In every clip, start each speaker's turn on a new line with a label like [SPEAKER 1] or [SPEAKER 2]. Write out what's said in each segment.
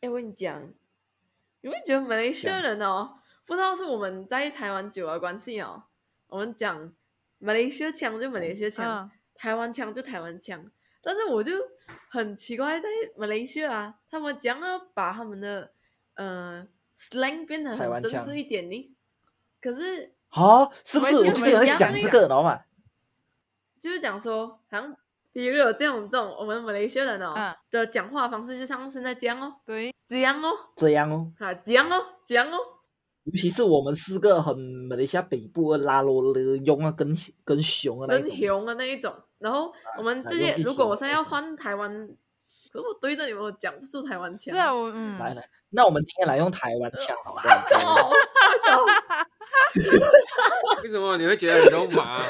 [SPEAKER 1] 哎，我跟你讲，你会觉得马来西亚
[SPEAKER 2] 讲
[SPEAKER 1] 人哦，不知道是我们在台湾久的关系哦，我们讲马来西亚腔就马来西亚腔，
[SPEAKER 3] 嗯，
[SPEAKER 1] 台湾腔就台湾腔，但是我就很奇怪，在马来西亚啊，他们讲要把他们的呃 slang 变得
[SPEAKER 2] 台
[SPEAKER 1] 很
[SPEAKER 2] 湾
[SPEAKER 1] 正
[SPEAKER 2] 腔
[SPEAKER 1] 式一点呢，可是
[SPEAKER 2] 啊，是不是？
[SPEAKER 1] 我
[SPEAKER 2] 我
[SPEAKER 1] 也
[SPEAKER 2] 就是是有在
[SPEAKER 1] 我也是
[SPEAKER 2] 想这
[SPEAKER 1] 这样
[SPEAKER 2] 个，你知道吗？
[SPEAKER 1] 就是讲说，好像比如有这种这种我们马来西亚人哦、
[SPEAKER 3] 嗯
[SPEAKER 1] 的讲话方式，就像现在这样哦，
[SPEAKER 3] 对，
[SPEAKER 1] 这样哦，
[SPEAKER 2] 这样哦，
[SPEAKER 1] 啊，这样哦，这样哦。
[SPEAKER 2] 尤其是我们四个很马来西亚北部的拉罗勒用啊，跟跟熊啊那一
[SPEAKER 1] 很
[SPEAKER 2] 种，啊
[SPEAKER 1] 熊的那一种。然后我们
[SPEAKER 2] 那
[SPEAKER 1] 这些，
[SPEAKER 2] 用一
[SPEAKER 1] 如果
[SPEAKER 2] 熊
[SPEAKER 1] 我现在
[SPEAKER 2] 那
[SPEAKER 1] 要
[SPEAKER 2] 种
[SPEAKER 1] 换台湾，可是我对着你们我讲不出台湾
[SPEAKER 3] 是
[SPEAKER 1] 腔。
[SPEAKER 3] 啊，我嗯，
[SPEAKER 2] 来来，那我们今天来用台湾腔好不好？
[SPEAKER 1] 哦，
[SPEAKER 4] 为什么你会觉得很肉麻啊？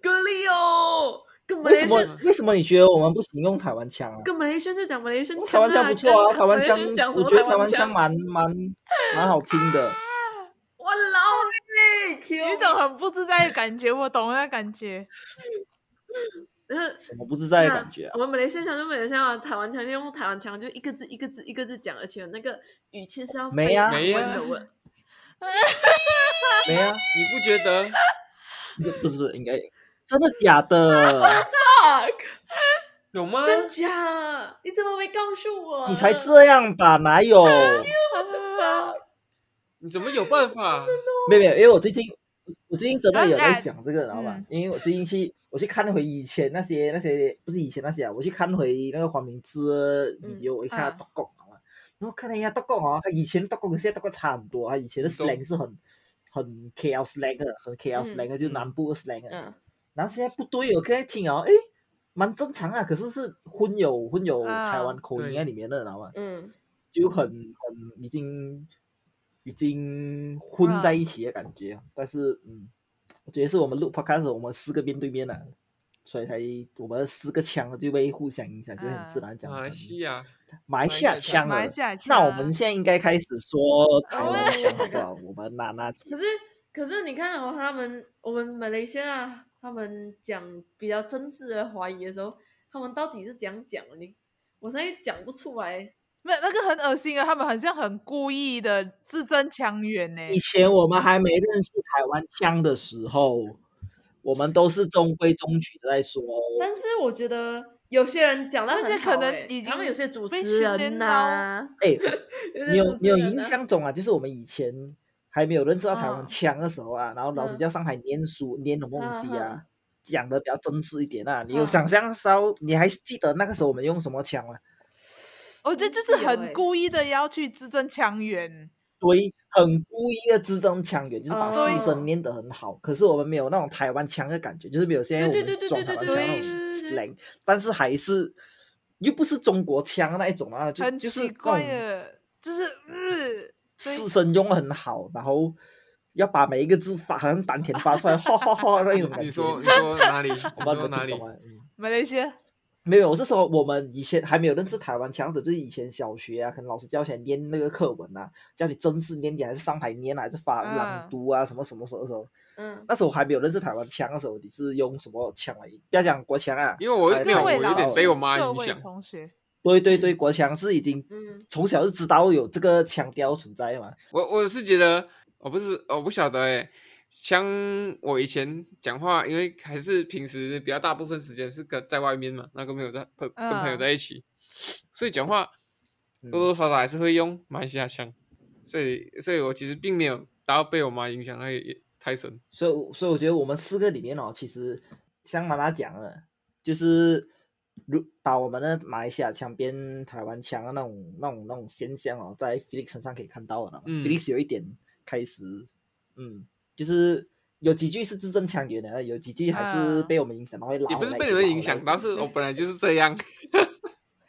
[SPEAKER 1] 隔离哦，跟马
[SPEAKER 2] 为
[SPEAKER 1] 来
[SPEAKER 2] 什
[SPEAKER 1] 西
[SPEAKER 2] 么
[SPEAKER 1] 亚，
[SPEAKER 2] 为什么你觉得我们不行用台湾腔啊？
[SPEAKER 1] 跟马来西亚就讲马来西亚
[SPEAKER 2] 台
[SPEAKER 1] 腔
[SPEAKER 2] 湾腔
[SPEAKER 1] 啊
[SPEAKER 2] 不错啊，
[SPEAKER 1] 跟
[SPEAKER 2] 台湾
[SPEAKER 1] 马来西
[SPEAKER 2] 腔
[SPEAKER 1] 亚人讲，什
[SPEAKER 2] 我
[SPEAKER 1] 么
[SPEAKER 2] 觉得
[SPEAKER 1] 台
[SPEAKER 2] 台湾
[SPEAKER 1] 湾
[SPEAKER 2] 腔
[SPEAKER 1] 腔
[SPEAKER 2] 蛮蛮蛮好听的。
[SPEAKER 1] 我老嘞，
[SPEAKER 3] 有一
[SPEAKER 1] 你
[SPEAKER 3] 种很不自在的感觉，我懂那感觉。
[SPEAKER 1] 嗯。
[SPEAKER 2] 什么不自在的感觉啊？
[SPEAKER 1] 我们马来西亚腔就马来西亚，台湾腔就用台湾腔，就一个字一个字一个字讲，而且那个语气是要
[SPEAKER 2] 没
[SPEAKER 1] 非
[SPEAKER 2] 啊
[SPEAKER 1] 常
[SPEAKER 4] 没啊
[SPEAKER 1] 温柔的。
[SPEAKER 2] 没 啊，
[SPEAKER 4] 你不觉得？
[SPEAKER 2] 这不是不是应该真的假啊的？
[SPEAKER 1] Fuck，
[SPEAKER 4] 有吗？
[SPEAKER 1] 啊真假？你怎么没告诉我？
[SPEAKER 2] 你才这样吧？哪有？
[SPEAKER 4] 你怎么有办法？
[SPEAKER 2] 没有没有，因为我最近我最近真的有在想这个，知道吧
[SPEAKER 3] 嗯？
[SPEAKER 2] 因为我最近去我去看回以前那些那些不是以前那些啊，我去看回那个黄明志的
[SPEAKER 1] 嗯
[SPEAKER 2] v i 我一看他
[SPEAKER 3] 啊
[SPEAKER 2] 德国好嘛，然后看了一下德国啊，他以前德国跟现在德国差很多，啊他以前的
[SPEAKER 4] 你懂
[SPEAKER 2] slang 是很很 KL slang 的，很 KL
[SPEAKER 1] 嗯
[SPEAKER 2] slang 的，就是
[SPEAKER 4] 嗯
[SPEAKER 2] 南部的 slang 的。
[SPEAKER 1] 嗯，
[SPEAKER 2] 然后现在不对哦，刚才听哦，诶，蛮正常啊，可是是混有混有
[SPEAKER 3] 啊
[SPEAKER 2] 台湾口音
[SPEAKER 4] 对
[SPEAKER 2] 在里面的，知道吗？
[SPEAKER 1] 嗯
[SPEAKER 2] 就很很已经已经混在一起的感觉。但是嗯，我觉得是我们录 podcast 的时候我们四个面对面了、啊所以才我们四个腔就被互相影响，就很自然讲
[SPEAKER 4] 马来
[SPEAKER 2] 成
[SPEAKER 4] 西亚，
[SPEAKER 2] 马来西亚腔
[SPEAKER 3] 马
[SPEAKER 2] 了
[SPEAKER 3] 来。西亚腔，
[SPEAKER 2] 那我们现在应该开始说台湾腔好
[SPEAKER 1] 哦
[SPEAKER 2] 不好？我们哪哪 几
[SPEAKER 1] 可是可是你看哦，他们我们马来西亚他们讲比较真实的华语的时候，他们到底是怎样讲的呢？我现在讲不出来。
[SPEAKER 3] 没有那个很恶心啊，他们好像很故意的字正腔圆呢。
[SPEAKER 2] 以前我们还没认识台湾腔的时候，我们都是中规中矩的在说。
[SPEAKER 1] 但是我觉得有些人讲的
[SPEAKER 3] 而且
[SPEAKER 1] 很好、
[SPEAKER 3] 可能
[SPEAKER 1] 欸
[SPEAKER 3] 已
[SPEAKER 1] 他们
[SPEAKER 3] 经
[SPEAKER 1] 有些主
[SPEAKER 3] 被
[SPEAKER 1] 持
[SPEAKER 3] 训
[SPEAKER 1] 人
[SPEAKER 3] 练
[SPEAKER 1] 呐、
[SPEAKER 2] 哎，
[SPEAKER 1] 些
[SPEAKER 2] 你有
[SPEAKER 1] 主持
[SPEAKER 2] 你有
[SPEAKER 1] 人
[SPEAKER 2] 印
[SPEAKER 1] 啊？
[SPEAKER 2] 象中啊，就是我们以前还没有认识到台湾
[SPEAKER 3] 嗯
[SPEAKER 2] 腔的时候啊，然后老师
[SPEAKER 1] 嗯
[SPEAKER 2] 叫上海念书念什么东西
[SPEAKER 1] 嗯
[SPEAKER 2] 啊，讲的比较正式一点啊。你有
[SPEAKER 1] 嗯
[SPEAKER 2] 想象到，你还记得那个时候我们用什么腔吗？
[SPEAKER 3] 我觉得
[SPEAKER 1] 嗯
[SPEAKER 3] 就是
[SPEAKER 1] 是有欸
[SPEAKER 3] 很故意的要去字正腔圆，
[SPEAKER 2] 对，很故意的字正腔圆，就是把
[SPEAKER 1] 哦
[SPEAKER 2] 四声念得很好。可是我们没有那种台湾腔的感觉，就是没有现在我
[SPEAKER 1] 对
[SPEAKER 2] 们
[SPEAKER 1] 对对对
[SPEAKER 2] 中台
[SPEAKER 1] 对
[SPEAKER 2] 湾腔
[SPEAKER 3] 对
[SPEAKER 2] 那种
[SPEAKER 1] 对对对
[SPEAKER 2] slang，但是还是又不是中国腔那一种啊，就
[SPEAKER 3] 很
[SPEAKER 2] 就是
[SPEAKER 3] 奇
[SPEAKER 2] 那
[SPEAKER 3] 怪
[SPEAKER 2] 种
[SPEAKER 3] 的，就是呃日
[SPEAKER 2] 四声用得很好，然后要把每一个字发好像丹田发出来，哗哗哗那一种感觉。
[SPEAKER 4] 你说你说哪里？你
[SPEAKER 2] 我不知道
[SPEAKER 4] 说
[SPEAKER 2] 你
[SPEAKER 4] 哪
[SPEAKER 2] 们
[SPEAKER 4] 里
[SPEAKER 2] 听？懂吗？嗯
[SPEAKER 3] 马来西亚
[SPEAKER 2] 没有，我是说我们以前还没有认识台湾腔者，就是以前小学啊，可能老师教起来念那个课文啊，叫你真式念，你还是上台念啊，还是发
[SPEAKER 3] 嗯
[SPEAKER 2] 朗读啊，什么什么什么时候？
[SPEAKER 1] 嗯，
[SPEAKER 2] 那时候还没有认识台湾腔的时候，你是用什么腔来？不要讲国腔啊，
[SPEAKER 4] 因为我
[SPEAKER 2] 哎那
[SPEAKER 4] 没有，
[SPEAKER 3] 各
[SPEAKER 4] 我
[SPEAKER 3] 位
[SPEAKER 2] 我
[SPEAKER 4] 有
[SPEAKER 3] 老
[SPEAKER 4] 点
[SPEAKER 3] 师
[SPEAKER 4] 被我妈
[SPEAKER 3] 各
[SPEAKER 4] 影
[SPEAKER 3] 位
[SPEAKER 4] 响。
[SPEAKER 3] 同学，
[SPEAKER 2] 对对对，国腔是已经
[SPEAKER 1] 嗯
[SPEAKER 2] 从小就知道有这个腔调存在嘛。
[SPEAKER 4] 我我是觉得，我不是我不晓得哎、像我以前讲话，因为还是平时比较大部分时间是跟在外面嘛，那跟朋友在朋跟朋友
[SPEAKER 3] 嗯
[SPEAKER 4] 在一起，所以讲话
[SPEAKER 2] 嗯
[SPEAKER 4] 多多少少还是会用马来西亚腔，所以所以我其实并没有到被我妈影响太太深。
[SPEAKER 2] 所以我，所以我觉得我们四个里面哦，其实像妈妈讲的，就是如把我们的马来西亚腔变台湾腔的那种、那种、那种现象哦，在 Felix 身上可以看到的。
[SPEAKER 4] 嗯
[SPEAKER 2] Felix 有一点开始，嗯，就是有几句是字正腔圆的，有几句还是
[SPEAKER 3] 啊
[SPEAKER 2] 被我们影响到会老。
[SPEAKER 4] 也不是被你们影响到，是我本来就是这样。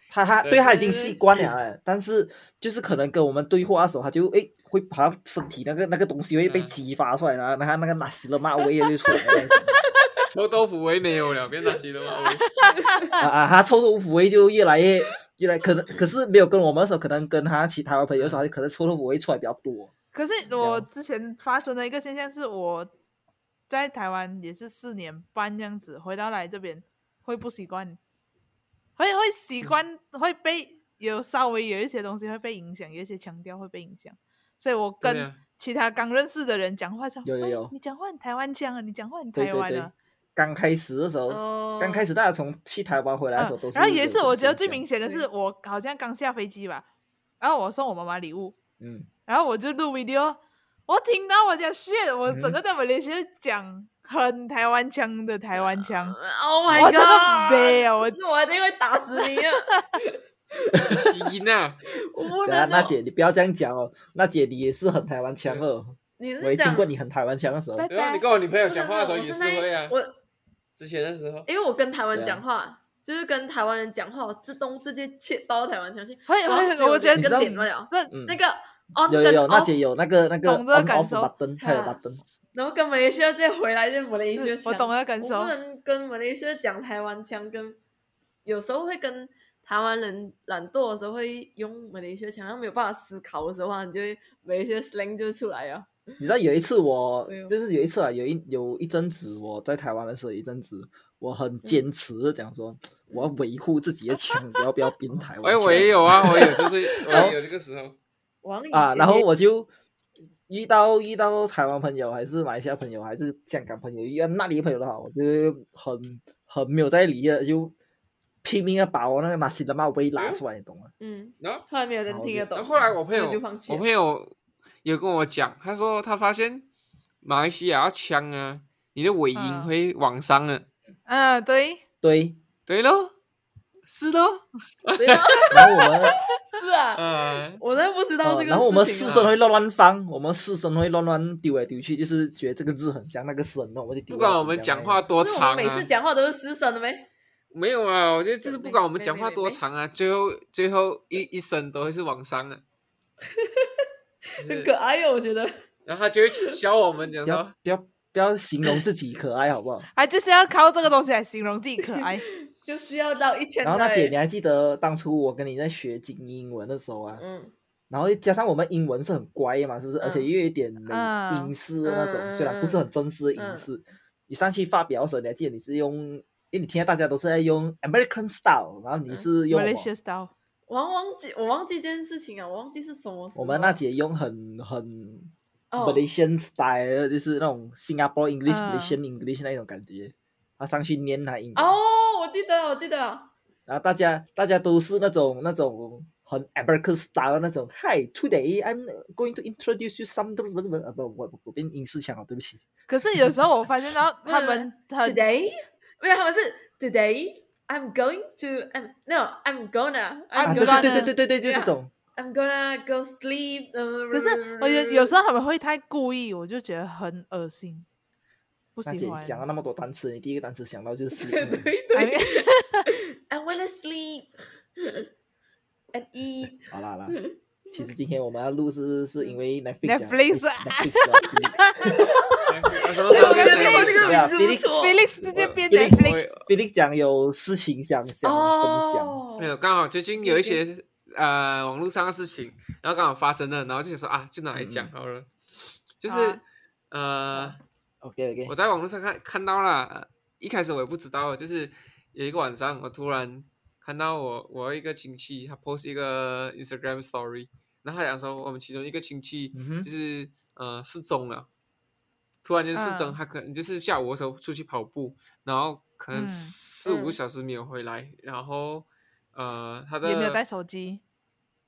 [SPEAKER 2] 他他
[SPEAKER 4] 对
[SPEAKER 2] 对他已
[SPEAKER 1] 对
[SPEAKER 2] 经
[SPEAKER 1] 对
[SPEAKER 2] 习惯了哎，但是就是可能跟我们对话的时候，他就诶会好像身体那个那个东西会被
[SPEAKER 4] 嗯
[SPEAKER 2] 激发出来，然后然后那个拿西勒骂威就出来了那一种。
[SPEAKER 4] 臭豆腐我也没有了，别拿西了嘛。我
[SPEAKER 2] 啊啊，他臭豆腐味就越来越越来，可能可是没有跟我们的时候，可能跟他其他的朋友的时候，他可能臭豆腐味出来比较多。
[SPEAKER 3] 可是
[SPEAKER 2] 这
[SPEAKER 3] 我
[SPEAKER 2] 样
[SPEAKER 3] 之前发生的一个现象是，我在台湾也是四年半这样
[SPEAKER 2] 嗯
[SPEAKER 3] 子，回到来这边会不习惯，会会习惯会被有稍微有一些东西会被影响，有一些腔调会被影响，所以我跟
[SPEAKER 4] 啊
[SPEAKER 3] 其他刚认识的人讲话说，
[SPEAKER 2] 有有
[SPEAKER 3] 喂
[SPEAKER 2] 有
[SPEAKER 3] 你讲话很台湾腔啊，你讲话很
[SPEAKER 2] 对
[SPEAKER 3] 台
[SPEAKER 2] 对
[SPEAKER 3] 湾
[SPEAKER 2] 对
[SPEAKER 3] 啊，，
[SPEAKER 2] 刚开始的时候，
[SPEAKER 1] 哦，
[SPEAKER 2] 刚开始大家从去台湾回来的时候
[SPEAKER 3] 嗯
[SPEAKER 2] 都是。
[SPEAKER 3] 然后有一次，我觉得最明
[SPEAKER 2] 显，
[SPEAKER 3] 显的
[SPEAKER 1] 对
[SPEAKER 3] 是，我好像刚下飞机吧，然后我送我妈妈礼物，
[SPEAKER 2] 嗯，
[SPEAKER 3] 然后我就录 video，我听到我讲 shit，我
[SPEAKER 4] 嗯
[SPEAKER 3] 整个在马来西亚讲很台湾腔的台湾腔，
[SPEAKER 1] Oh my
[SPEAKER 3] 我
[SPEAKER 1] god！
[SPEAKER 3] 真的没有我
[SPEAKER 1] 是我一定会打死 你啊！
[SPEAKER 4] 吸音啊，
[SPEAKER 1] 我不
[SPEAKER 2] 对啊，
[SPEAKER 1] 能。
[SPEAKER 2] 娜姐，你不要这样讲哦，娜姐你也是很台湾腔哦，
[SPEAKER 1] 你
[SPEAKER 2] 我
[SPEAKER 1] 是
[SPEAKER 2] 也听
[SPEAKER 1] 讲
[SPEAKER 2] 过你很台湾腔的时候，
[SPEAKER 3] 拜
[SPEAKER 4] 对啊，你跟我女朋友讲话的时候
[SPEAKER 1] 我
[SPEAKER 4] 也是
[SPEAKER 1] 现在
[SPEAKER 4] 会啊，
[SPEAKER 1] 我
[SPEAKER 4] 之前的时候，
[SPEAKER 1] 因为我跟台湾
[SPEAKER 2] 对啊
[SPEAKER 1] 讲话，就是跟台湾人讲话，我自动直接切到台湾腔去。
[SPEAKER 3] 会
[SPEAKER 1] 我忘记
[SPEAKER 3] 会，哎我
[SPEAKER 1] 我
[SPEAKER 3] 觉得
[SPEAKER 1] 这个点不了
[SPEAKER 3] 这
[SPEAKER 2] 嗯
[SPEAKER 1] 那个 on
[SPEAKER 2] 有有
[SPEAKER 1] 跟哦
[SPEAKER 2] 有，娜
[SPEAKER 1] off，
[SPEAKER 2] 姐有那个那个
[SPEAKER 3] 哦懂这个
[SPEAKER 2] on
[SPEAKER 3] 感
[SPEAKER 2] off
[SPEAKER 3] 受
[SPEAKER 2] button，她有
[SPEAKER 1] 啊
[SPEAKER 2] button，
[SPEAKER 1] 然后跟马来西亚再回来，再马来西亚
[SPEAKER 3] 嗯我
[SPEAKER 1] 腔。
[SPEAKER 3] 懂得感
[SPEAKER 1] 我
[SPEAKER 3] 受
[SPEAKER 1] 不，能跟马来西亚讲台湾腔，跟有时候会跟台湾人懒惰的时候会用马来西亚腔，他没有办法思考的时候啊，你就会马来西亚 slang 就出来啊了。
[SPEAKER 2] 你知道有一次我
[SPEAKER 4] 哦
[SPEAKER 1] 哎呦
[SPEAKER 2] 就是有一次啊，有一有一阵子我在台湾的时候，有一阵子我
[SPEAKER 4] 嗯
[SPEAKER 2] 很坚持的讲说，我要维护自 己的腔，不要不要变台湾
[SPEAKER 4] 哎，
[SPEAKER 2] 腔。
[SPEAKER 4] 我也有啊，我也有，就是我也有这个时候，
[SPEAKER 1] 王以
[SPEAKER 2] 啊，
[SPEAKER 1] 前
[SPEAKER 2] 然后
[SPEAKER 1] 也
[SPEAKER 2] 我就遇到遇到台湾朋友，还是马来西亚朋友，还是香港朋友，遇到那里的朋友的话，我就是很很没有在理的，就拼命的把我那个马西的马威拉出来，你懂吗？
[SPEAKER 1] 嗯，
[SPEAKER 4] 然后
[SPEAKER 1] 后来没有人听得懂。
[SPEAKER 4] 然后后来我朋友
[SPEAKER 1] 我就放弃
[SPEAKER 4] 我
[SPEAKER 1] 了
[SPEAKER 4] 朋友有跟我讲，他说他发现马来西亚腔啊，你的尾音
[SPEAKER 3] 嗯
[SPEAKER 4] 会往上了，
[SPEAKER 3] 嗯，对，
[SPEAKER 2] 对，
[SPEAKER 4] 对喽，是喽，
[SPEAKER 1] 对啊
[SPEAKER 2] 然后我们
[SPEAKER 1] 是啊，
[SPEAKER 4] 嗯，
[SPEAKER 1] 我都不知道
[SPEAKER 2] 呃，
[SPEAKER 1] 这个、
[SPEAKER 2] 然后我们
[SPEAKER 1] 事
[SPEAKER 2] 四
[SPEAKER 1] 情
[SPEAKER 2] 声
[SPEAKER 1] 啊
[SPEAKER 2] 会乱乱放，我们四声会乱乱丢来丢去，就是觉得这个字很像那个声，那我们就丢
[SPEAKER 4] 不
[SPEAKER 2] 来丢去这样。
[SPEAKER 4] 管我们讲话多
[SPEAKER 1] 不是我们
[SPEAKER 4] 长
[SPEAKER 1] 每次
[SPEAKER 4] 啊，
[SPEAKER 1] 讲话都是失声的没？
[SPEAKER 4] 没有啊，我觉得就是
[SPEAKER 1] 对
[SPEAKER 4] 不管我们
[SPEAKER 1] 没
[SPEAKER 4] 讲
[SPEAKER 1] 没
[SPEAKER 4] 话
[SPEAKER 1] 没
[SPEAKER 4] 多
[SPEAKER 1] 没
[SPEAKER 4] 长啊，最后最后一一声都会是往上 的，就
[SPEAKER 1] 很
[SPEAKER 4] 是
[SPEAKER 1] 可爱哦，我觉得。
[SPEAKER 4] 然后他就会笑我们，讲
[SPEAKER 2] 不要
[SPEAKER 4] 说
[SPEAKER 2] 不要不要形容自己可爱 好不好？
[SPEAKER 3] 还就是要靠这个东西来形容自己可爱，
[SPEAKER 1] 就是要绕一圈的
[SPEAKER 2] 然
[SPEAKER 1] 欸。
[SPEAKER 2] 后娜姐，你还记得当初我跟你在学精英文的时候啊？
[SPEAKER 1] 嗯，
[SPEAKER 2] 然后加上我们英文是很乖的嘛，是不是？而且
[SPEAKER 1] 嗯
[SPEAKER 2] 又有一点美
[SPEAKER 3] 嗯
[SPEAKER 2] 英式的那种，虽然不是很正式的英式。
[SPEAKER 1] 嗯
[SPEAKER 2] 你上去发表的时候，你还记得你是用，因为你听到大家都是在用 American style，然后你
[SPEAKER 1] 嗯
[SPEAKER 2] 是用
[SPEAKER 3] 马
[SPEAKER 2] 什
[SPEAKER 3] 来
[SPEAKER 2] 么
[SPEAKER 3] 西亚 style，
[SPEAKER 1] 我忘记我忘记这件事情啊，我忘记是什么时候。
[SPEAKER 2] 我们娜姐用很很
[SPEAKER 1] 哦
[SPEAKER 2] Malaysian style，就是那种 Singapore English、
[SPEAKER 3] 嗯
[SPEAKER 2] Malaysian English 那一种感觉。她上去念她英文，
[SPEAKER 1] 哦，我记得我记得，
[SPEAKER 2] 然后大家大家都是那种那种很 American style 的那种，Hi today I'm going to introduce you some 什么什么呃不我我变英式腔了，对不起。
[SPEAKER 3] 可是有时候我发现到他们很
[SPEAKER 1] Today，没有，他们是 Today。I'm going to, I'm no, I'm gonna,
[SPEAKER 2] 啊，
[SPEAKER 1] I'm
[SPEAKER 2] 对
[SPEAKER 1] gonna,
[SPEAKER 2] 对
[SPEAKER 3] gonna-
[SPEAKER 2] 对对对对对，就
[SPEAKER 1] 对啊
[SPEAKER 2] 这种。
[SPEAKER 1] I'm gonna go sleep。可
[SPEAKER 3] 可是我觉得有时候他们会太故意，我就觉得很恶心，不
[SPEAKER 2] 娜姐
[SPEAKER 3] 喜欢。
[SPEAKER 2] 想
[SPEAKER 4] 啊
[SPEAKER 2] 到那么多单词，你第一个单词想到就 是
[SPEAKER 1] 对
[SPEAKER 2] sleep。
[SPEAKER 3] I
[SPEAKER 1] 对
[SPEAKER 3] mean-
[SPEAKER 1] ，I wanna sleep and eat。
[SPEAKER 2] 好啦好啦，其实今天我们要录是是因为 Netflix 讲
[SPEAKER 3] Netflix 啊
[SPEAKER 2] Netflix 啊 Felix
[SPEAKER 4] 我哎什么 时
[SPEAKER 1] 我
[SPEAKER 4] 候
[SPEAKER 1] 觉
[SPEAKER 4] 在
[SPEAKER 1] 得这个这
[SPEAKER 4] 这里
[SPEAKER 1] 个
[SPEAKER 4] 讲
[SPEAKER 2] 对啊
[SPEAKER 1] 名字不错。
[SPEAKER 3] Felix 直接
[SPEAKER 4] 我
[SPEAKER 3] 变成
[SPEAKER 2] Felix-
[SPEAKER 3] Felix，
[SPEAKER 2] Felix 讲有事情想想分享，
[SPEAKER 1] 哦
[SPEAKER 4] 没有，刚好最近有一些呃网络上的事情，然后刚好发生了，然后就想说啊，就拿来讲
[SPEAKER 2] 嗯
[SPEAKER 4] 好了。就是、
[SPEAKER 3] 好啊
[SPEAKER 4] 呃，
[SPEAKER 2] OK OK，
[SPEAKER 4] 我在网络上看看到了，呃一开始我也不知道，就是有一个晚上，我突然看到我我一个亲戚他 post 一个 Instagram story，然后他讲说我们其中一个亲戚
[SPEAKER 2] 嗯哼
[SPEAKER 4] 就是、呃失踪了，突然间失踪，
[SPEAKER 3] 嗯
[SPEAKER 4] 他可能就是下午的时候出去跑步，然后可能
[SPEAKER 3] 嗯
[SPEAKER 4] 四五个
[SPEAKER 1] 嗯
[SPEAKER 4] 小时没有回来，然后呃他的
[SPEAKER 3] 也没有带手机，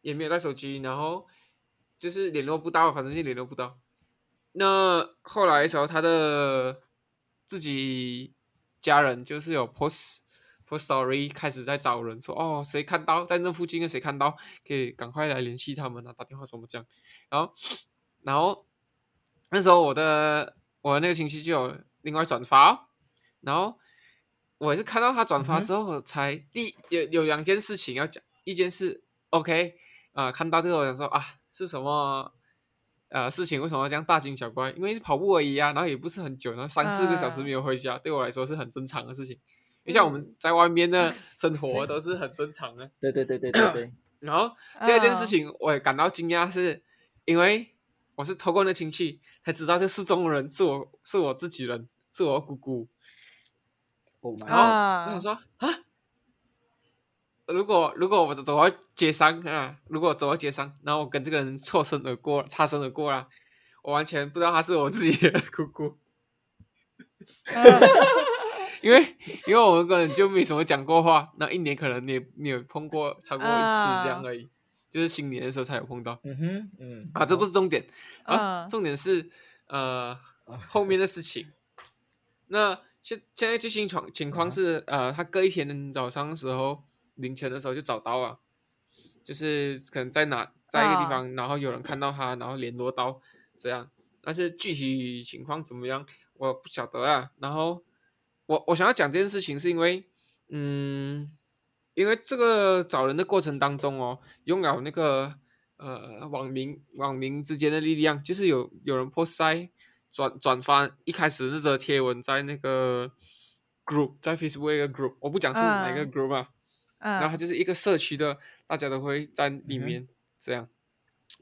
[SPEAKER 4] 也没有带手机，然后就是联络不到，反正就联络不到。那后来的时候，他的自己家人就是有 post post story 开始在找人说，哦，谁看到在那附近的谁看到，可以赶快来联系他们啊，打电话什么这样。然后，然后那时候我的我的那个亲戚就有另外转发、哦，然后我也是看到他转发之后，我才第有有两件事情要讲，一件事 OK 啊、呃看到这个我想说啊是什么呃事情，为什么要这样大惊小怪？因为是跑步而已啊，然后也不是很久，然后三四个小时
[SPEAKER 3] 嗯
[SPEAKER 4] 没有回家，对我来说是很正常的事情。就像我们在外面的生活都是很正常的。
[SPEAKER 2] 对对对对对对，
[SPEAKER 4] 然后第二件事
[SPEAKER 3] 嗯
[SPEAKER 4] 情，我也感到惊讶，是因为我是透过那亲戚才知道这失踪的人是我是我自己人，是我姑姑。
[SPEAKER 2] Oh
[SPEAKER 4] 然后
[SPEAKER 2] my，
[SPEAKER 3] 啊
[SPEAKER 4] 我想说啊，如果如果我走到街上啊，如果走到街上，然后我跟这个人错身而过，擦身而过啦，我完全不知道他是我自己的姑姑，
[SPEAKER 3] 嗯
[SPEAKER 4] 因为因为我们根本就没什么讲过话，那一年可能你也你有碰过超过一次这样而已，就是新年的时候才有碰到
[SPEAKER 2] 嗯哼，嗯
[SPEAKER 4] 啊，这不是重点，啊，
[SPEAKER 3] 嗯
[SPEAKER 4] 重点是呃后面的事情。那现现在最新情情
[SPEAKER 3] 嗯
[SPEAKER 4] 况是，呃，他隔一天早上的时候，凌晨的时候就找到了，就是可能在哪在一个地
[SPEAKER 3] 啊
[SPEAKER 4] 方，然后有人看到他，然后联络到这样。但是具体情况怎么样，我不晓得啊。然后我我想要讲这件事情，是因为嗯，因为这个找人的过程当中哦，用了那个呃网民网民之间的力量，就是有有人破塞转转发一开始那则贴文在那个 group 在 Facebook 一个 group，我不讲是哪一个
[SPEAKER 3] 嗯
[SPEAKER 4] group 啊，然后它
[SPEAKER 3] 嗯
[SPEAKER 4] 就是一个社区的，大家都会在里
[SPEAKER 2] 嗯哼
[SPEAKER 4] 面、这样。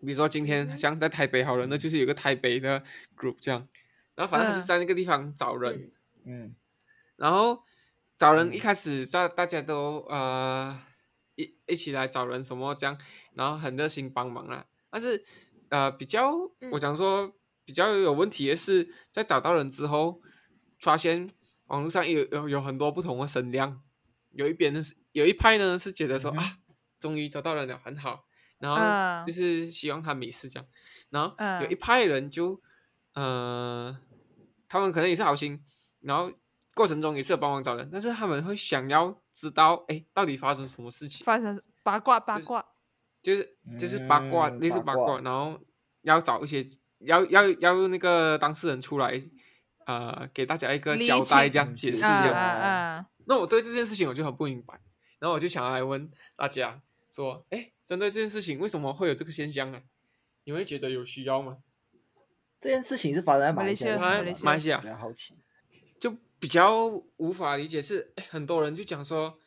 [SPEAKER 4] 比如说今
[SPEAKER 3] 嗯
[SPEAKER 4] 天像在台北好了，那就是有一个台北的 group 这样，然后反正就
[SPEAKER 3] 嗯
[SPEAKER 4] 是在那个地方找人，
[SPEAKER 2] 嗯
[SPEAKER 4] 然后找人一
[SPEAKER 2] 嗯
[SPEAKER 4] 开始大大家都呃一一起来找人什么这样，然后很热心帮忙啦。但是呃比较我
[SPEAKER 1] 嗯
[SPEAKER 4] 想说比较有问题的是，在找到人之后，发现网络上有有有很多不同的声量，有一边呢是有一派呢是觉得说、
[SPEAKER 2] 嗯哼
[SPEAKER 4] 啊终于找到人了很好，然
[SPEAKER 3] 嗯
[SPEAKER 4] 后就是希望他没事这样。然后有
[SPEAKER 3] 嗯
[SPEAKER 4] 一派人就，呃，他们可能也是好心，然后过程中也是有帮忙找人，但是他们会想要知道，哎，到底发生什么事情，
[SPEAKER 3] 发生八卦八卦，
[SPEAKER 4] 就是就是八卦，
[SPEAKER 2] 嗯
[SPEAKER 4] 类似
[SPEAKER 2] 八
[SPEAKER 4] 八卦，
[SPEAKER 2] 卦
[SPEAKER 4] 然后要找一些，要要要那个当事人出来，呃，给大家一个
[SPEAKER 3] 理
[SPEAKER 4] 交代，
[SPEAKER 3] 清
[SPEAKER 4] 这样
[SPEAKER 2] 嗯
[SPEAKER 4] 解
[SPEAKER 2] 就是
[SPEAKER 4] 释这
[SPEAKER 3] 啊
[SPEAKER 2] 啊
[SPEAKER 4] 样。
[SPEAKER 3] 啊啊！
[SPEAKER 4] 那我对这件事情我就很不明白，然后我就想要来问大家说，哎，针对这件事情，为什么会有这个现象啊？你会觉得有需要吗？
[SPEAKER 2] 这件事情是发生在马来西亚，
[SPEAKER 3] 马
[SPEAKER 2] 是
[SPEAKER 3] 来西亚
[SPEAKER 2] 吧
[SPEAKER 4] 马来西亚
[SPEAKER 2] 比较好奇。
[SPEAKER 4] 就比较无法理解是，诶很多人就讲说，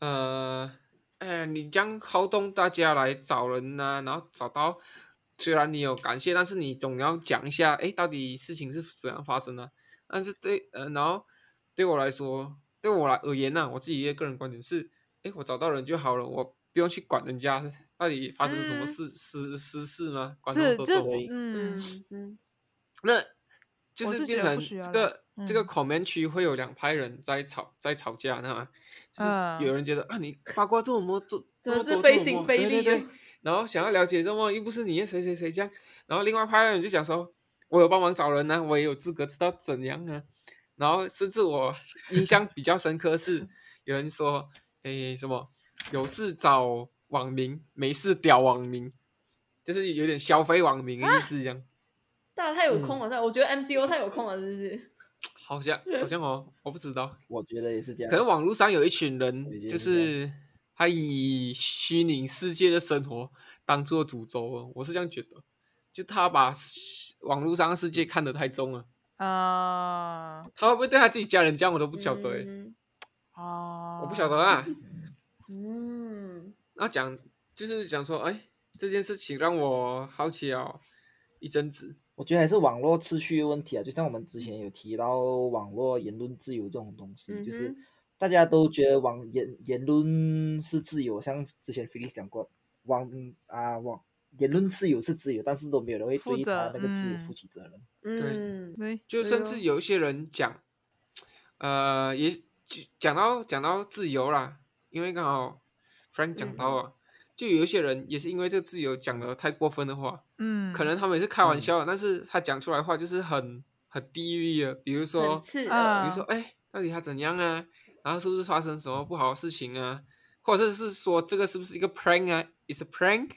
[SPEAKER 4] 呃，哎，你这样号动大家来找人呐、然后找到，虽然你有感谢，但是你总要讲一下，哎，到底事情是怎样发生的、但是对，呃，然后对我来说，对我来而言呢、我自己的个人观点是，哎，我找到人就好了，我不用去管人家到底发生什么
[SPEAKER 3] 嗯
[SPEAKER 4] 事、私私事吗？管那么
[SPEAKER 3] 是
[SPEAKER 4] 多
[SPEAKER 3] 这
[SPEAKER 4] 做什么
[SPEAKER 1] 嗯
[SPEAKER 3] 嗯
[SPEAKER 1] 嗯
[SPEAKER 4] 那就
[SPEAKER 3] 我
[SPEAKER 4] 是
[SPEAKER 3] 是
[SPEAKER 4] 变
[SPEAKER 3] 觉得
[SPEAKER 4] 成
[SPEAKER 3] 不需
[SPEAKER 4] 这
[SPEAKER 3] 要
[SPEAKER 4] 个
[SPEAKER 3] 了、
[SPEAKER 4] 这个
[SPEAKER 3] 嗯
[SPEAKER 4] comment 区会有两派人在吵在吵架，那么就是有
[SPEAKER 3] 嗯
[SPEAKER 4] 人觉得、啊，你八卦这么多，做这
[SPEAKER 1] 真
[SPEAKER 4] 么
[SPEAKER 1] 的是
[SPEAKER 4] 多
[SPEAKER 1] 非
[SPEAKER 4] 这么
[SPEAKER 1] 心
[SPEAKER 4] 多
[SPEAKER 1] 非啊
[SPEAKER 4] 对
[SPEAKER 1] 力
[SPEAKER 4] 对对
[SPEAKER 1] 耶，
[SPEAKER 4] 然后想要了解这么又不是你谁谁谁这样，然后另外一派人就讲说，我有帮忙找人呢、啊我也有资格知道怎样啊，然后甚至我印象比较深刻是有人说，诶什么有事找网民，没事屌网民，就是有点消费网民的意思这样。
[SPEAKER 1] 大家太有空了，但我觉得 MCO 太有空了，真是。
[SPEAKER 4] 好像好像哦，我不知道，
[SPEAKER 2] 我觉得也是这样。
[SPEAKER 4] 可能网络上有一群
[SPEAKER 2] 我也
[SPEAKER 4] 人，
[SPEAKER 2] 觉
[SPEAKER 4] 就
[SPEAKER 2] 得是这
[SPEAKER 4] 是他以虚拟世界的生活当做主轴哦，我是这样觉得，就他把世网络上的世界看得太重了，
[SPEAKER 3] 啊
[SPEAKER 4] 他会不会对他自己家人这样，我都不晓得欸诶、
[SPEAKER 1] 嗯
[SPEAKER 3] 啊！
[SPEAKER 4] 我不晓得啊。
[SPEAKER 1] 嗯，
[SPEAKER 4] 那讲就是讲说，哎，这件事情让我好奇哦，一阵子，
[SPEAKER 2] 我觉得还是网络秩序的问题啊，就像我们之前有提到网络言论自由这种东西，就是
[SPEAKER 1] 嗯哼
[SPEAKER 2] 大家都觉得网言言论是自由，像之前 Felix 讲过，网啊网言论自由是自由，但是都没有人会
[SPEAKER 3] 负
[SPEAKER 2] 对他
[SPEAKER 3] 责
[SPEAKER 2] 那个自由
[SPEAKER 3] 嗯
[SPEAKER 2] 负起责任。
[SPEAKER 1] 嗯，
[SPEAKER 3] 对，
[SPEAKER 4] 就
[SPEAKER 1] 对
[SPEAKER 4] 甚
[SPEAKER 1] 哦
[SPEAKER 4] 至有一些人讲，呃，也就讲到讲到自由啦，因为刚好 Frank 讲
[SPEAKER 1] 嗯
[SPEAKER 4] 到啊，就有一些人也是因为这个自由讲的太过分的话，
[SPEAKER 3] 嗯，
[SPEAKER 4] 可能他们也是开玩
[SPEAKER 2] 嗯
[SPEAKER 4] 笑的，但是他讲出来的话就是很很地狱的，比如说
[SPEAKER 1] 很刺
[SPEAKER 3] 嗯
[SPEAKER 4] 比如说，哎，到底他怎样啊？然后是不是发生什么不好的事情啊？或者是说这个是不是一个 prank 啊？Is a prank？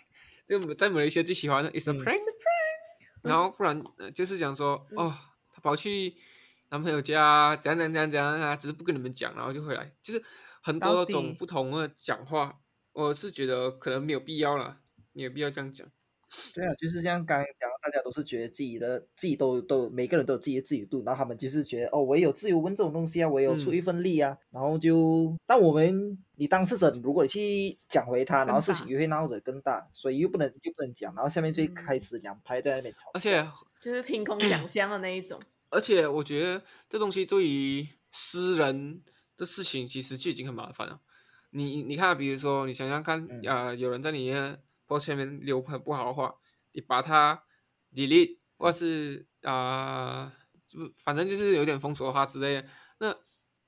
[SPEAKER 4] 这个在马来西亚最喜欢的 is a
[SPEAKER 2] 嗯
[SPEAKER 4] prank。然后不然呃就是讲说，
[SPEAKER 1] 嗯
[SPEAKER 4] 哦，他跑去男朋友家，怎样怎样怎样怎样啊，只是不跟你们讲，然后就回来，就是很
[SPEAKER 3] 到
[SPEAKER 4] 多
[SPEAKER 3] 底
[SPEAKER 4] 种不同的讲话。我是觉得可能没有必要啦，没有必要这样讲。
[SPEAKER 2] 对啊，就是像刚刚讲，大家都是觉得自己的自己都都每个人都有自己的自由度，然后他们就是觉得哦，我也有自由问这种东西啊，我也有出
[SPEAKER 4] 嗯
[SPEAKER 2] 一份力啊，然后就但我们你当事者，如果你去讲回他，然后
[SPEAKER 3] 更
[SPEAKER 2] 事情
[SPEAKER 3] 大
[SPEAKER 2] 又会闹得更大，所以又不能又不能讲，然后下面就会开
[SPEAKER 1] 嗯
[SPEAKER 2] 始两派在那边吵
[SPEAKER 4] 而。且
[SPEAKER 1] 就是凭空想象的那一种。
[SPEAKER 4] 而且我觉得这东西对于私人的事情，其实就已经很麻烦了。你你看啊，比如说你想想看，
[SPEAKER 2] 嗯
[SPEAKER 4] 呃，有人在你的 post 前面留很不好的话，你把它 delete 或是啊、就反正就是有点封锁他之类的，那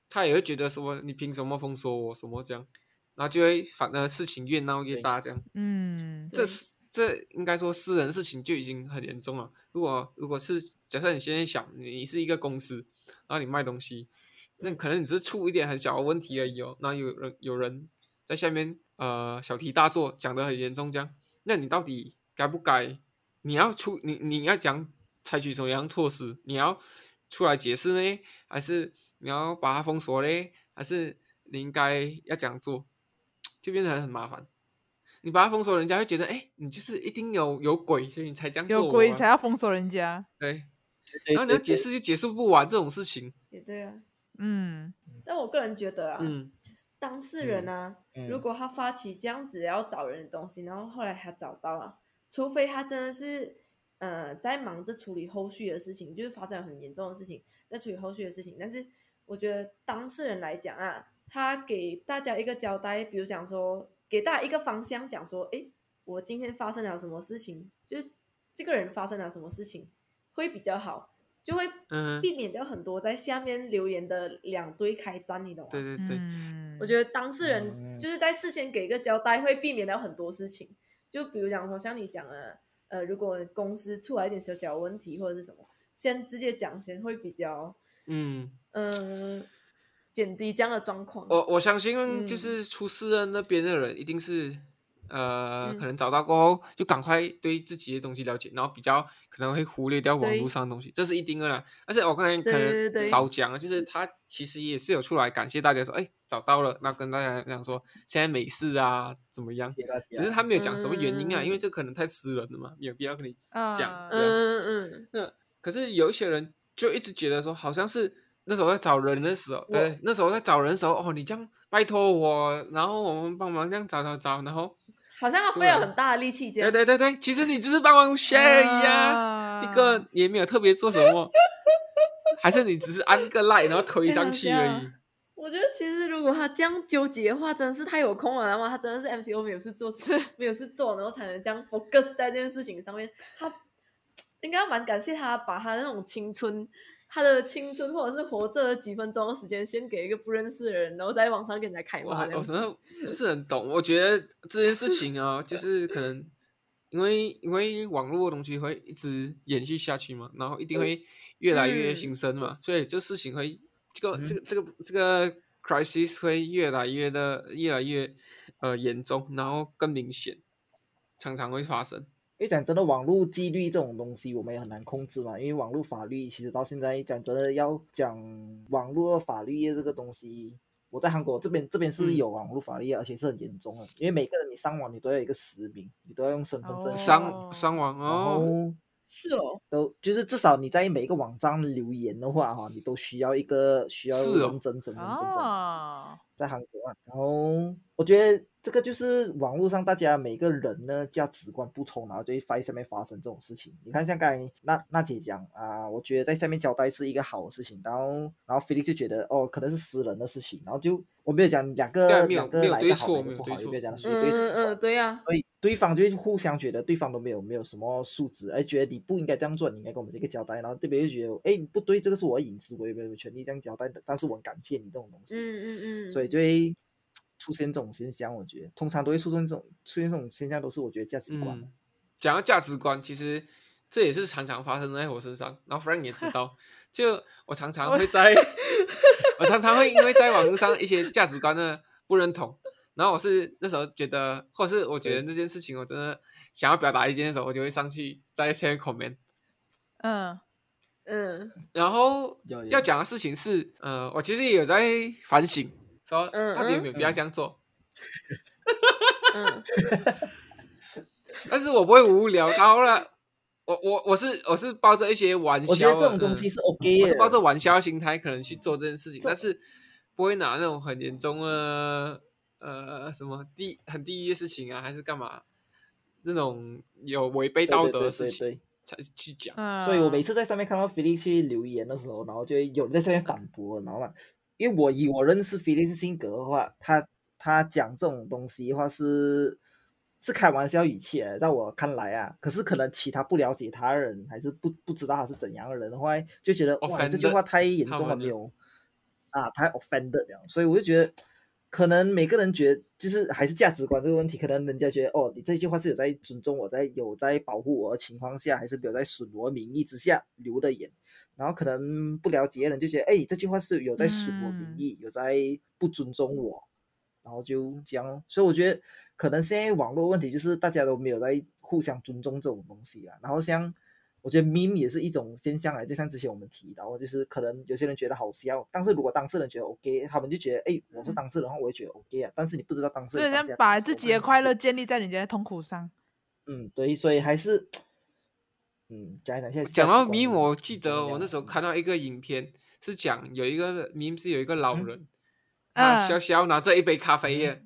[SPEAKER 4] 他也会觉得说你凭什么封锁我什么这样，然后就会反而事情越闹越
[SPEAKER 2] 对
[SPEAKER 4] 大这样。
[SPEAKER 3] 嗯，
[SPEAKER 1] 对
[SPEAKER 4] 这是这应该说私人事情就已经很严重了。如果如果是假设你现在想你是一个公司，然后你卖东西，那可能你只是出一点很小的问题而已哦。那有人有人在下面呃小题大做，讲得很严重这样，那你到底该不该？你要出你你要讲采取什么样措施？你要出来解释呢，还是你要把它封锁嘞？还是你应该要这样做？就变得很很麻烦。你把它封锁，人家会觉得，哎、你就是一定有有鬼，所以你才这样做我啊。
[SPEAKER 3] 有鬼才要封锁人家。
[SPEAKER 4] 对，
[SPEAKER 2] 对
[SPEAKER 4] 然后你要
[SPEAKER 2] 对
[SPEAKER 4] 解释就解释不完这种事情。
[SPEAKER 1] 也对啊。
[SPEAKER 3] 嗯，
[SPEAKER 1] 但我个人觉得啊，
[SPEAKER 4] 嗯，
[SPEAKER 1] 当事人啊，
[SPEAKER 2] 嗯
[SPEAKER 1] 如果他发起这样子要找人的东西，然后后来他找到了，除非他真的是呃在忙着处理后续的事情，就是发展很严重的事情，在处理后续的事情。但是我觉得当事人来讲啊，他给大家一个交代，比如讲说给大家一个方向，讲说，诶，我今天发生了什么事情，就是这个人发生了什么事情会比较好，就会
[SPEAKER 4] 嗯
[SPEAKER 1] 避免掉很多在下面留言的两堆开战，你懂吗？
[SPEAKER 4] 对对对，
[SPEAKER 3] 嗯
[SPEAKER 1] 我觉得当事人
[SPEAKER 2] 嗯
[SPEAKER 1] 就是在事先给一个交代，会避免掉很多事情。就比如讲说，像你讲的，呃，如果公司出来一点小小的问题或者是什么，先直接讲先会比较，
[SPEAKER 4] 嗯，
[SPEAKER 1] 嗯、减低这样的状况。
[SPEAKER 4] 我我相信
[SPEAKER 1] 嗯
[SPEAKER 4] 就是出事的那边的人一定是。呃，
[SPEAKER 1] 嗯
[SPEAKER 4] 可能找到过后就赶快对自己的东西了解，然后比较可能会忽略掉网络
[SPEAKER 1] 对
[SPEAKER 4] 上的东西，这是一定的啦。但是我刚才
[SPEAKER 1] 对
[SPEAKER 4] 可
[SPEAKER 1] 对
[SPEAKER 4] 能
[SPEAKER 1] 对
[SPEAKER 4] 少讲了，就是他其实也是有出来感谢大家说，哎，找到了，那跟大家讲说现在没事啊，怎么样？
[SPEAKER 2] 谢谢大家
[SPEAKER 4] 只是他没有讲什么原因啊，
[SPEAKER 1] 嗯
[SPEAKER 4] 因为这可能太私人了嘛，没有必要跟你
[SPEAKER 3] 啊
[SPEAKER 4] 讲。这样
[SPEAKER 1] 嗯嗯嗯，
[SPEAKER 4] 可是有一些人就一直觉得说，好像是那时候在找人的时候，
[SPEAKER 1] 我
[SPEAKER 4] 对，那时候在找人的时候，哦，你这样拜托我，然后我们帮忙这样找找找，然后
[SPEAKER 1] 好像要费了很大的力气这
[SPEAKER 4] 对
[SPEAKER 1] 样。
[SPEAKER 4] 对对对，其实你只是帮忙 share 呀、
[SPEAKER 3] 啊
[SPEAKER 4] 一个也没有特别做什么，还是你只是按个 like 然后推上去而
[SPEAKER 3] 太好笑
[SPEAKER 4] 已
[SPEAKER 3] 了。
[SPEAKER 1] 我觉得其实如果他这样纠结的话，真的是太有空了，然后他真的是 MCO 没有事做， 没有事做，然后才能这样 focus 在这件事情上面。他应该蛮感谢他把他那种青春，他的青春或者是活着的几分钟的时间，先给一个不认识的人，然后在网上跟人家开
[SPEAKER 4] 我
[SPEAKER 1] 骂这
[SPEAKER 2] 哦
[SPEAKER 4] 我
[SPEAKER 1] 样
[SPEAKER 4] 真
[SPEAKER 1] 子。
[SPEAKER 4] 的不是很懂，我觉得这件事情啊，就是可能因为因为网络的东西会一直延续下去嘛，然后一定会越来越
[SPEAKER 1] 嗯
[SPEAKER 4] 新生嘛，所以这事情会这个
[SPEAKER 2] 嗯
[SPEAKER 4] 这个这个这个 crisis 会越来越的越来越呃严重，然后更明显，常常会发生。
[SPEAKER 2] 因为讲真的，网络纪律这种东西我们也很难控制嘛。因为网络法律其实到现在讲真的，要讲网络法律业这个东西，我在韩国这边这边是
[SPEAKER 4] 嗯
[SPEAKER 2] 有网络法律业，而且是很严重的。因为每个人你上网你都要有一个实名，你都要用身份证
[SPEAKER 3] 哦
[SPEAKER 2] 去，
[SPEAKER 4] 伤伤亡
[SPEAKER 2] 然后
[SPEAKER 4] 哦，
[SPEAKER 1] 是哦，
[SPEAKER 2] 都就是至少你在每一个网站留言的话哈，你都需要一个需要
[SPEAKER 4] 是哦
[SPEAKER 2] 认真身份证这样子。
[SPEAKER 3] 啊，
[SPEAKER 2] 在韩国啊，然后我觉得这个就是网络上大家每个人呢价值观不同，然后就会在下面发生这种事情。你看，像刚才娜娜姐讲啊、我觉得在下面交代是一个好的事情，然后然后菲利就觉得哦，可能是私人的事情，然后就我没有讲两个、
[SPEAKER 4] 对啊没有
[SPEAKER 2] 两个
[SPEAKER 4] 没有
[SPEAKER 2] 哪一
[SPEAKER 4] 对
[SPEAKER 2] 个好
[SPEAKER 4] 错
[SPEAKER 2] 哪一
[SPEAKER 4] 没
[SPEAKER 2] 个
[SPEAKER 4] 有
[SPEAKER 2] 不好，
[SPEAKER 4] 对
[SPEAKER 2] 也
[SPEAKER 4] 错
[SPEAKER 2] 没有讲谁
[SPEAKER 1] 嗯
[SPEAKER 2] 对谁
[SPEAKER 1] 嗯
[SPEAKER 2] 错
[SPEAKER 1] 嗯，对呀、
[SPEAKER 2] 所以对方就会互相觉得对方都没有没有什么素质，哎，觉得你不应该这样做，你应该跟我们这个交代。然后对别人就觉得，哎，你不对，这个是我的隐私，我也没有权利这样交代的。但是我很感谢你这种东西，
[SPEAKER 1] 嗯嗯嗯，
[SPEAKER 2] 所以就会出现这种现象。我觉得通常都会出现这种出现这种现象，都是我觉得价值观。啊
[SPEAKER 4] 嗯，讲到价值观，其实这也是常常发生在我身上，然后 Frank 也知道，就我常常会在，我常常会因为在网络上一些价值观的不认同，然后我是那时候觉得，或者是我觉得这件事情我真的想要表达意见的时候，我就会上去在下面 comment。
[SPEAKER 3] 嗯，
[SPEAKER 1] 嗯
[SPEAKER 4] 然后
[SPEAKER 2] 有有
[SPEAKER 4] 要讲的事情是，呃，我其实也有在反省，说
[SPEAKER 1] 嗯
[SPEAKER 4] 到底有没有
[SPEAKER 2] 嗯
[SPEAKER 4] 必要这样做。
[SPEAKER 1] 嗯，
[SPEAKER 4] 但是我不会无聊到了，我我我是我是抱着一些玩笑的，
[SPEAKER 2] 我觉得这种东西
[SPEAKER 4] 嗯
[SPEAKER 2] 是 OK
[SPEAKER 4] 我
[SPEAKER 2] 的
[SPEAKER 4] 是，抱着玩笑心态可能去做这件事情，但是不会拿那种很严重的呃什么第很第一的事情啊，还是干嘛那种有违背
[SPEAKER 2] 对
[SPEAKER 4] 道
[SPEAKER 2] 对
[SPEAKER 4] 德
[SPEAKER 2] 对
[SPEAKER 4] 的事
[SPEAKER 2] 对
[SPEAKER 4] 情
[SPEAKER 2] 对
[SPEAKER 4] 才去讲。
[SPEAKER 3] 嗯
[SPEAKER 2] 所以我每次在上面看到菲利去留言的时候，然后就会有人在上面反驳，然后嘛，因为我以我认识菲利斯性格的话，他他讲这种东西的话是是开玩笑语气来，在我看来啊，可是可能其他不了解他的人，还是不不知道他是怎样的人的话，就觉得哇，这句
[SPEAKER 4] Offended
[SPEAKER 2] 话太严
[SPEAKER 4] 他
[SPEAKER 2] 重了，
[SPEAKER 4] 们
[SPEAKER 2] 没
[SPEAKER 4] 的
[SPEAKER 2] 有啊，太 offended 了，所以我就觉得。可能每个人觉得就是还是价值观这个问题，可能人家觉得哦，你这句话是有在尊重我，在有在保护我的情况下，还是有在损我的名义之下留的言，然后可能不了解的人就觉得，哎，这句话是有在损我名
[SPEAKER 3] 嗯
[SPEAKER 2] 义，有在不尊重我，然后就这样咯。所以我觉得可能现在网络问题就是大家都没有在互相尊重这种东西啊。然后像我觉得 meme 也是一种现象来，就像之前我们提到的，就是可能有些人觉得好笑，但是如果当事人觉得 OK，他们就觉得，哎，我是
[SPEAKER 3] 嗯
[SPEAKER 2] 当事人的话，我也觉得 OK 啊。但是你不知道当事
[SPEAKER 3] 就
[SPEAKER 2] 人
[SPEAKER 3] 很
[SPEAKER 2] 当
[SPEAKER 3] 像
[SPEAKER 2] 下
[SPEAKER 3] 把
[SPEAKER 2] 是
[SPEAKER 3] 自
[SPEAKER 2] OK
[SPEAKER 3] 己的
[SPEAKER 2] 是
[SPEAKER 3] 快
[SPEAKER 2] 不
[SPEAKER 3] 乐
[SPEAKER 2] 是
[SPEAKER 3] 建立在人家的痛苦上。
[SPEAKER 2] 嗯，对，所以还是，嗯，讲一讲现在
[SPEAKER 4] 讲
[SPEAKER 2] 价值
[SPEAKER 4] 到
[SPEAKER 2] 观
[SPEAKER 4] meme，
[SPEAKER 2] 很
[SPEAKER 4] 我记
[SPEAKER 2] 很
[SPEAKER 4] 得
[SPEAKER 2] 重
[SPEAKER 4] 我
[SPEAKER 2] 要
[SPEAKER 4] 那时候
[SPEAKER 2] 嗯
[SPEAKER 4] 看到一个影片，是讲有一个 meme 是有一个老
[SPEAKER 2] 嗯
[SPEAKER 4] 人，他
[SPEAKER 3] 嗯
[SPEAKER 4] 笑笑拿着一杯咖啡耶，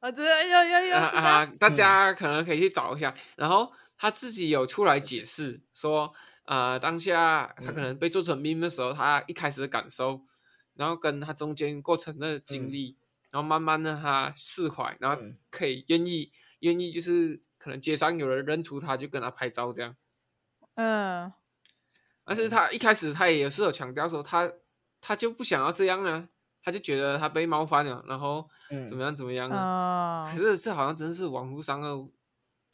[SPEAKER 3] 我知道，有有有，
[SPEAKER 4] 啊
[SPEAKER 3] 知道
[SPEAKER 4] 啊，大
[SPEAKER 2] 嗯
[SPEAKER 4] 家可能可以去找一下。然后他自己有出来解释说，呃，当下他可
[SPEAKER 2] 嗯
[SPEAKER 4] 能被做成 meme 的时候，他一开始的感受，然后跟他中间过程的经
[SPEAKER 2] 嗯
[SPEAKER 4] 历，然后慢慢的他释怀，然后
[SPEAKER 2] 嗯
[SPEAKER 4] 可以愿意愿意就是可能街上有人认出他，就跟他拍照这样。
[SPEAKER 3] 嗯，
[SPEAKER 2] 嗯
[SPEAKER 4] 但是他一开始他也是有强调说他他就不想要这样啊，他就觉得他被冒犯了，然后
[SPEAKER 2] 嗯
[SPEAKER 4] 怎么样怎么样啊。
[SPEAKER 3] 哦
[SPEAKER 4] 可，是这好像真是网络上的，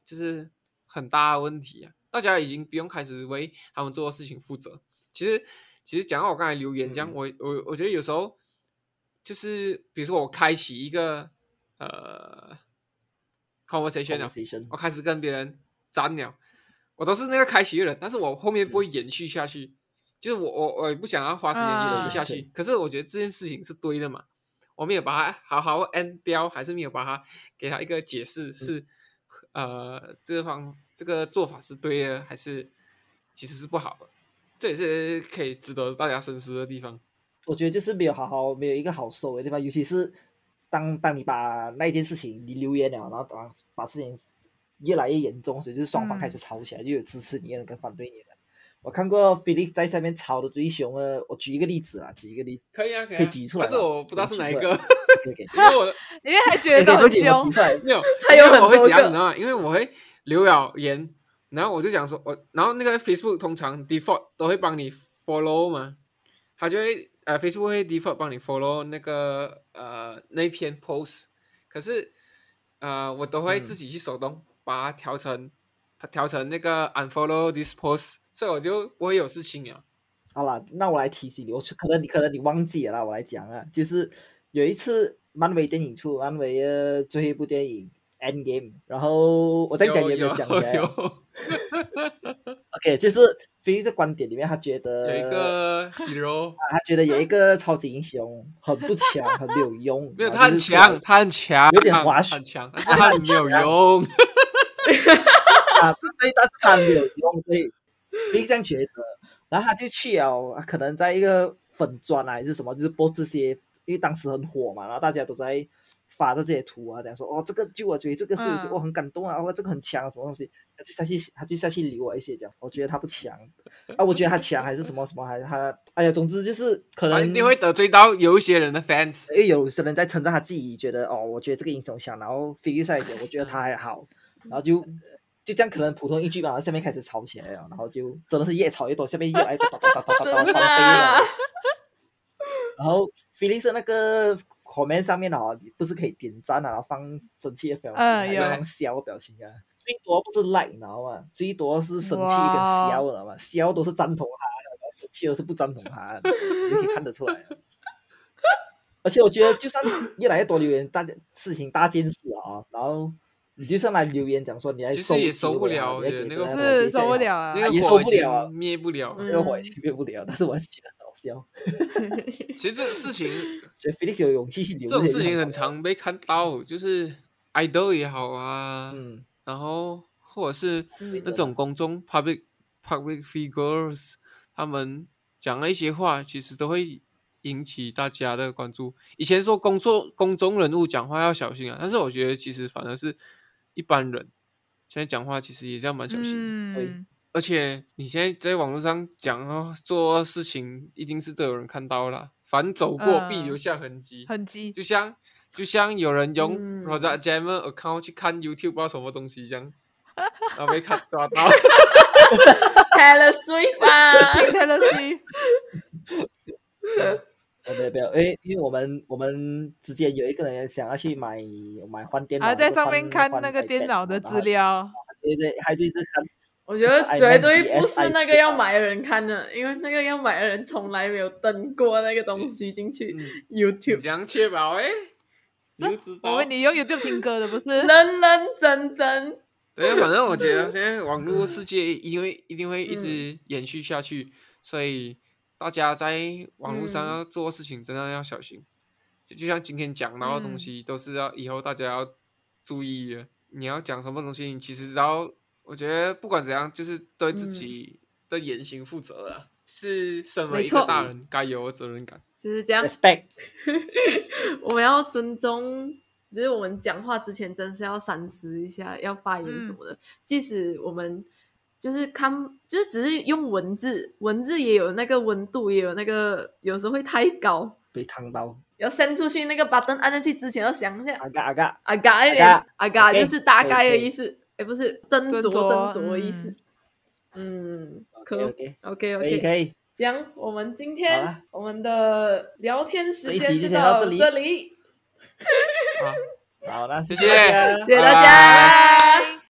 [SPEAKER 4] 就是很大的问题啊！大家已经不用开始为他们做的事情负责。其实，其实讲到我刚才留言这样，
[SPEAKER 2] 嗯
[SPEAKER 4] 我我我觉得有时候就是，比如说我开启一个呃 conversation 啊了，
[SPEAKER 2] conversation
[SPEAKER 4] 我开始跟别人粘了，我都是那个开启的人，但是我后面不会延续下去，就是我我我也不想要花时间延
[SPEAKER 3] 啊
[SPEAKER 4] 续下去。可是我觉得这件事情是对的嘛，我没有把它好好 end 掉，还是没有把它给他一个解释是，呃，这个方这个做法是对的，还是其实是不好的，这也是可以值得大家深思的地方。
[SPEAKER 2] 我觉得就是没有好好没有一个好收尾的地方，尤其是当当你把那一件事情你留言了，然后把把事情越来越严重，所以就是双方开
[SPEAKER 4] 嗯
[SPEAKER 2] 始吵起来，就有支持你的人跟反对你的人。我看过 Felix 在下面吵的最凶的，我举一个例子啊，举一个例子，
[SPEAKER 4] 可以啊，可以、啊，
[SPEAKER 2] 可以举出来
[SPEAKER 4] 但是
[SPEAKER 2] 吧
[SPEAKER 4] 我不知道是哪一
[SPEAKER 2] 可以举
[SPEAKER 4] 个，
[SPEAKER 2] 可以可以， 哎
[SPEAKER 4] 因为我的
[SPEAKER 3] 因为他
[SPEAKER 2] 可以可以
[SPEAKER 3] 觉得都
[SPEAKER 2] 都
[SPEAKER 3] 很
[SPEAKER 2] 举我
[SPEAKER 3] 凶
[SPEAKER 2] 举，出来，
[SPEAKER 4] 没有，
[SPEAKER 1] 还有
[SPEAKER 4] 因为我
[SPEAKER 1] 很
[SPEAKER 4] 会
[SPEAKER 1] 多
[SPEAKER 4] 怎样，你
[SPEAKER 1] 个
[SPEAKER 4] 知道吗？因为我会留了言，然后我就想说，我然后那个 Facebook 通常 default 都会帮你 follow 嘛，它就会呃 Facebook 会 default 帮你 follow 那个呃那篇 post，可是呃我都会
[SPEAKER 2] 嗯
[SPEAKER 4] 自己去手动把它调成它调成那个 unfollow this post，所以我就不会有事情了。
[SPEAKER 2] 好啦，那我来提醒你，我可能你可能你忘记了啦，我来讲啊，就是有一次漫威电影出漫威的最后一部电影 End Game，然后我在讲
[SPEAKER 4] 有
[SPEAKER 2] 有没
[SPEAKER 4] 有
[SPEAKER 2] 有想起来啊
[SPEAKER 4] 有
[SPEAKER 2] ？OK，就是 Felix 的观点里面，他觉得
[SPEAKER 4] 有一
[SPEAKER 2] 呃
[SPEAKER 4] 个 hero，
[SPEAKER 2] 他觉得有一个超级英雄很不强，很没有用，
[SPEAKER 4] 没有
[SPEAKER 2] 然
[SPEAKER 4] 他
[SPEAKER 2] 后啊
[SPEAKER 4] 很
[SPEAKER 2] 就是出来
[SPEAKER 4] 强，他很强，
[SPEAKER 2] 有点滑
[SPEAKER 4] 他
[SPEAKER 2] 雪
[SPEAKER 4] 很强，但是他很没有用。
[SPEAKER 2] 啊，对，但是他没有用，所以就这样觉得。然后他就去了，可能在一个粉砖啊还是什么，就是播这些，因为当时很火嘛，然后大家都在发这些图啊，讲说哦，这个就我觉得这个是
[SPEAKER 3] 嗯
[SPEAKER 2] 我很感动啊，哦，这个很强啊，什么东西，他就下去，他就下去理我一些讲，我觉得他不强啊，我觉得他强还是什么什么，还是他，哎呀，总之就是可
[SPEAKER 4] 他
[SPEAKER 2] 能
[SPEAKER 4] 一定会得罪到有一些人的 fans。
[SPEAKER 2] 因为有些人在称赞他自己，觉得哦，我觉得这个英雄强，然后飞利赛姐我觉得他还好，然后就就这样，可能普通一句嘛，然后下面开始吵起来了，然后就真的是越吵越多，下面越来越多，哒哒哒哒哒哒
[SPEAKER 1] 真
[SPEAKER 2] 哒
[SPEAKER 1] 的
[SPEAKER 2] 哒
[SPEAKER 1] 啊
[SPEAKER 2] 哒。然后菲利是那个 comment 上面的哦，你不是可以点赞啊，然后放生气的表情啊，
[SPEAKER 3] 嗯
[SPEAKER 2] 还是
[SPEAKER 3] 有
[SPEAKER 2] 放笑的表情啊，最多不是 like，你知道吗？最多是生气跟
[SPEAKER 3] 哇
[SPEAKER 2] 笑，你知道吗？笑都是赞同他的，然后生气都是不赞同他的，你可以看得出来啊。而且我觉得，就算越来越多留言，大家事情大件事啊，然后你就算来留言讲说你来
[SPEAKER 4] 其实
[SPEAKER 2] 收，
[SPEAKER 4] 也收不了
[SPEAKER 2] 也
[SPEAKER 4] 我觉得那个
[SPEAKER 3] 是受不了，啊
[SPEAKER 4] 那。个
[SPEAKER 2] 也受
[SPEAKER 4] 火
[SPEAKER 2] 不
[SPEAKER 4] 已经
[SPEAKER 2] 了啊
[SPEAKER 4] 灭不了。
[SPEAKER 1] 嗯
[SPEAKER 2] 因为我也灭不了，但 是我还是觉得很好笑。
[SPEAKER 4] 其实这个事情，
[SPEAKER 2] 觉得 Felix 有勇气去留
[SPEAKER 4] 这种
[SPEAKER 2] 言啊
[SPEAKER 4] 事情很
[SPEAKER 2] 好笑，
[SPEAKER 4] 常被看到，就是 idol 也好啊，
[SPEAKER 2] 嗯，
[SPEAKER 4] 然后或者是
[SPEAKER 1] 嗯
[SPEAKER 4] 那种公众 public public figures，他们讲了一些话，其实都会引起大家的关注。以前说工作公众人物讲话要小心啊，但是我觉得其实反而是一般人现在讲话其实也是要蛮小心的。
[SPEAKER 3] 嗯，
[SPEAKER 4] 而且你现在在网络上讲哦，做的事情一定是都有人看到啦，凡走过必留
[SPEAKER 3] 嗯
[SPEAKER 4] 下痕迹。
[SPEAKER 3] 很急
[SPEAKER 4] 就像就像有人用
[SPEAKER 1] 嗯
[SPEAKER 4] Roger Jammer account 去看 YouTube 不知道什么东西这 样，然后被看抓到。
[SPEAKER 1] Taylor Swift 啊，
[SPEAKER 3] 听 Taylor Swift
[SPEAKER 2] 哦，对，不要，因为因为我们我们之间有一个人想要去买买换电脑，
[SPEAKER 3] 啊，在
[SPEAKER 2] 就
[SPEAKER 3] 上面看
[SPEAKER 2] 换
[SPEAKER 3] 那个
[SPEAKER 2] iPad
[SPEAKER 3] 电脑的
[SPEAKER 2] 嘛
[SPEAKER 3] 资，料，
[SPEAKER 2] 然后对对，还就一直看，
[SPEAKER 1] 我觉得绝对不是那个要买的人看的，因为那个要买的人从来没有登过那个东西进去
[SPEAKER 4] 嗯，你
[SPEAKER 1] YouTube，
[SPEAKER 4] 这样确保哎，你就知
[SPEAKER 3] 我
[SPEAKER 4] 道
[SPEAKER 3] 问。你用 YouTube 听歌的不 是？
[SPEAKER 1] 认认真真。
[SPEAKER 4] 对，反正我觉 得现在网络世界因为一定会一
[SPEAKER 1] 嗯
[SPEAKER 4] 直延续下去，所以大家在网络上
[SPEAKER 1] 嗯
[SPEAKER 4] 要做事情真的要小心。就就像今天讲到的东
[SPEAKER 3] 嗯
[SPEAKER 4] 西，都是要以后大家要注意的。你要讲什么东西，你其实只要我觉得不管怎样，就是对自
[SPEAKER 1] 嗯
[SPEAKER 4] 己的言行负责了，是身为
[SPEAKER 1] 没
[SPEAKER 4] 一个
[SPEAKER 1] 错
[SPEAKER 4] 大人该有的责任感。
[SPEAKER 1] 就是这样，
[SPEAKER 2] respect，
[SPEAKER 1] 我们要尊重，就是我们讲话之前真是要三思一下，要发言什么的。即使我们就是看，就是只是用文字，文字也有那个温度，也有那个有时候会太高。
[SPEAKER 2] 被烫到，
[SPEAKER 1] 要伸出去那个 button 按下去之前要想一下，
[SPEAKER 2] 啊嘎啊嘎，
[SPEAKER 1] 啊嘎一
[SPEAKER 2] 啊
[SPEAKER 1] 点
[SPEAKER 2] 嘎，
[SPEAKER 1] 啊嘎
[SPEAKER 2] OK，
[SPEAKER 1] 就是大概
[SPEAKER 2] 可
[SPEAKER 1] 的
[SPEAKER 2] 以
[SPEAKER 1] 意思，哎，不是斟酌
[SPEAKER 3] 斟酌
[SPEAKER 1] 斟酌的意思。嗯，可
[SPEAKER 2] OK，OK，
[SPEAKER 1] OK
[SPEAKER 2] 可以
[SPEAKER 1] OK，
[SPEAKER 2] 可以，
[SPEAKER 1] 这样我们今
[SPEAKER 2] 好
[SPEAKER 1] 天
[SPEAKER 2] 啦
[SPEAKER 1] 我们的聊天时
[SPEAKER 2] 这一
[SPEAKER 1] 间
[SPEAKER 2] 集就
[SPEAKER 1] 就
[SPEAKER 2] 先到这里
[SPEAKER 1] 这里。
[SPEAKER 4] 啊，
[SPEAKER 2] 好，那谢
[SPEAKER 4] 谢谢
[SPEAKER 2] 大家
[SPEAKER 1] 谢谢大
[SPEAKER 4] 拜
[SPEAKER 1] 家。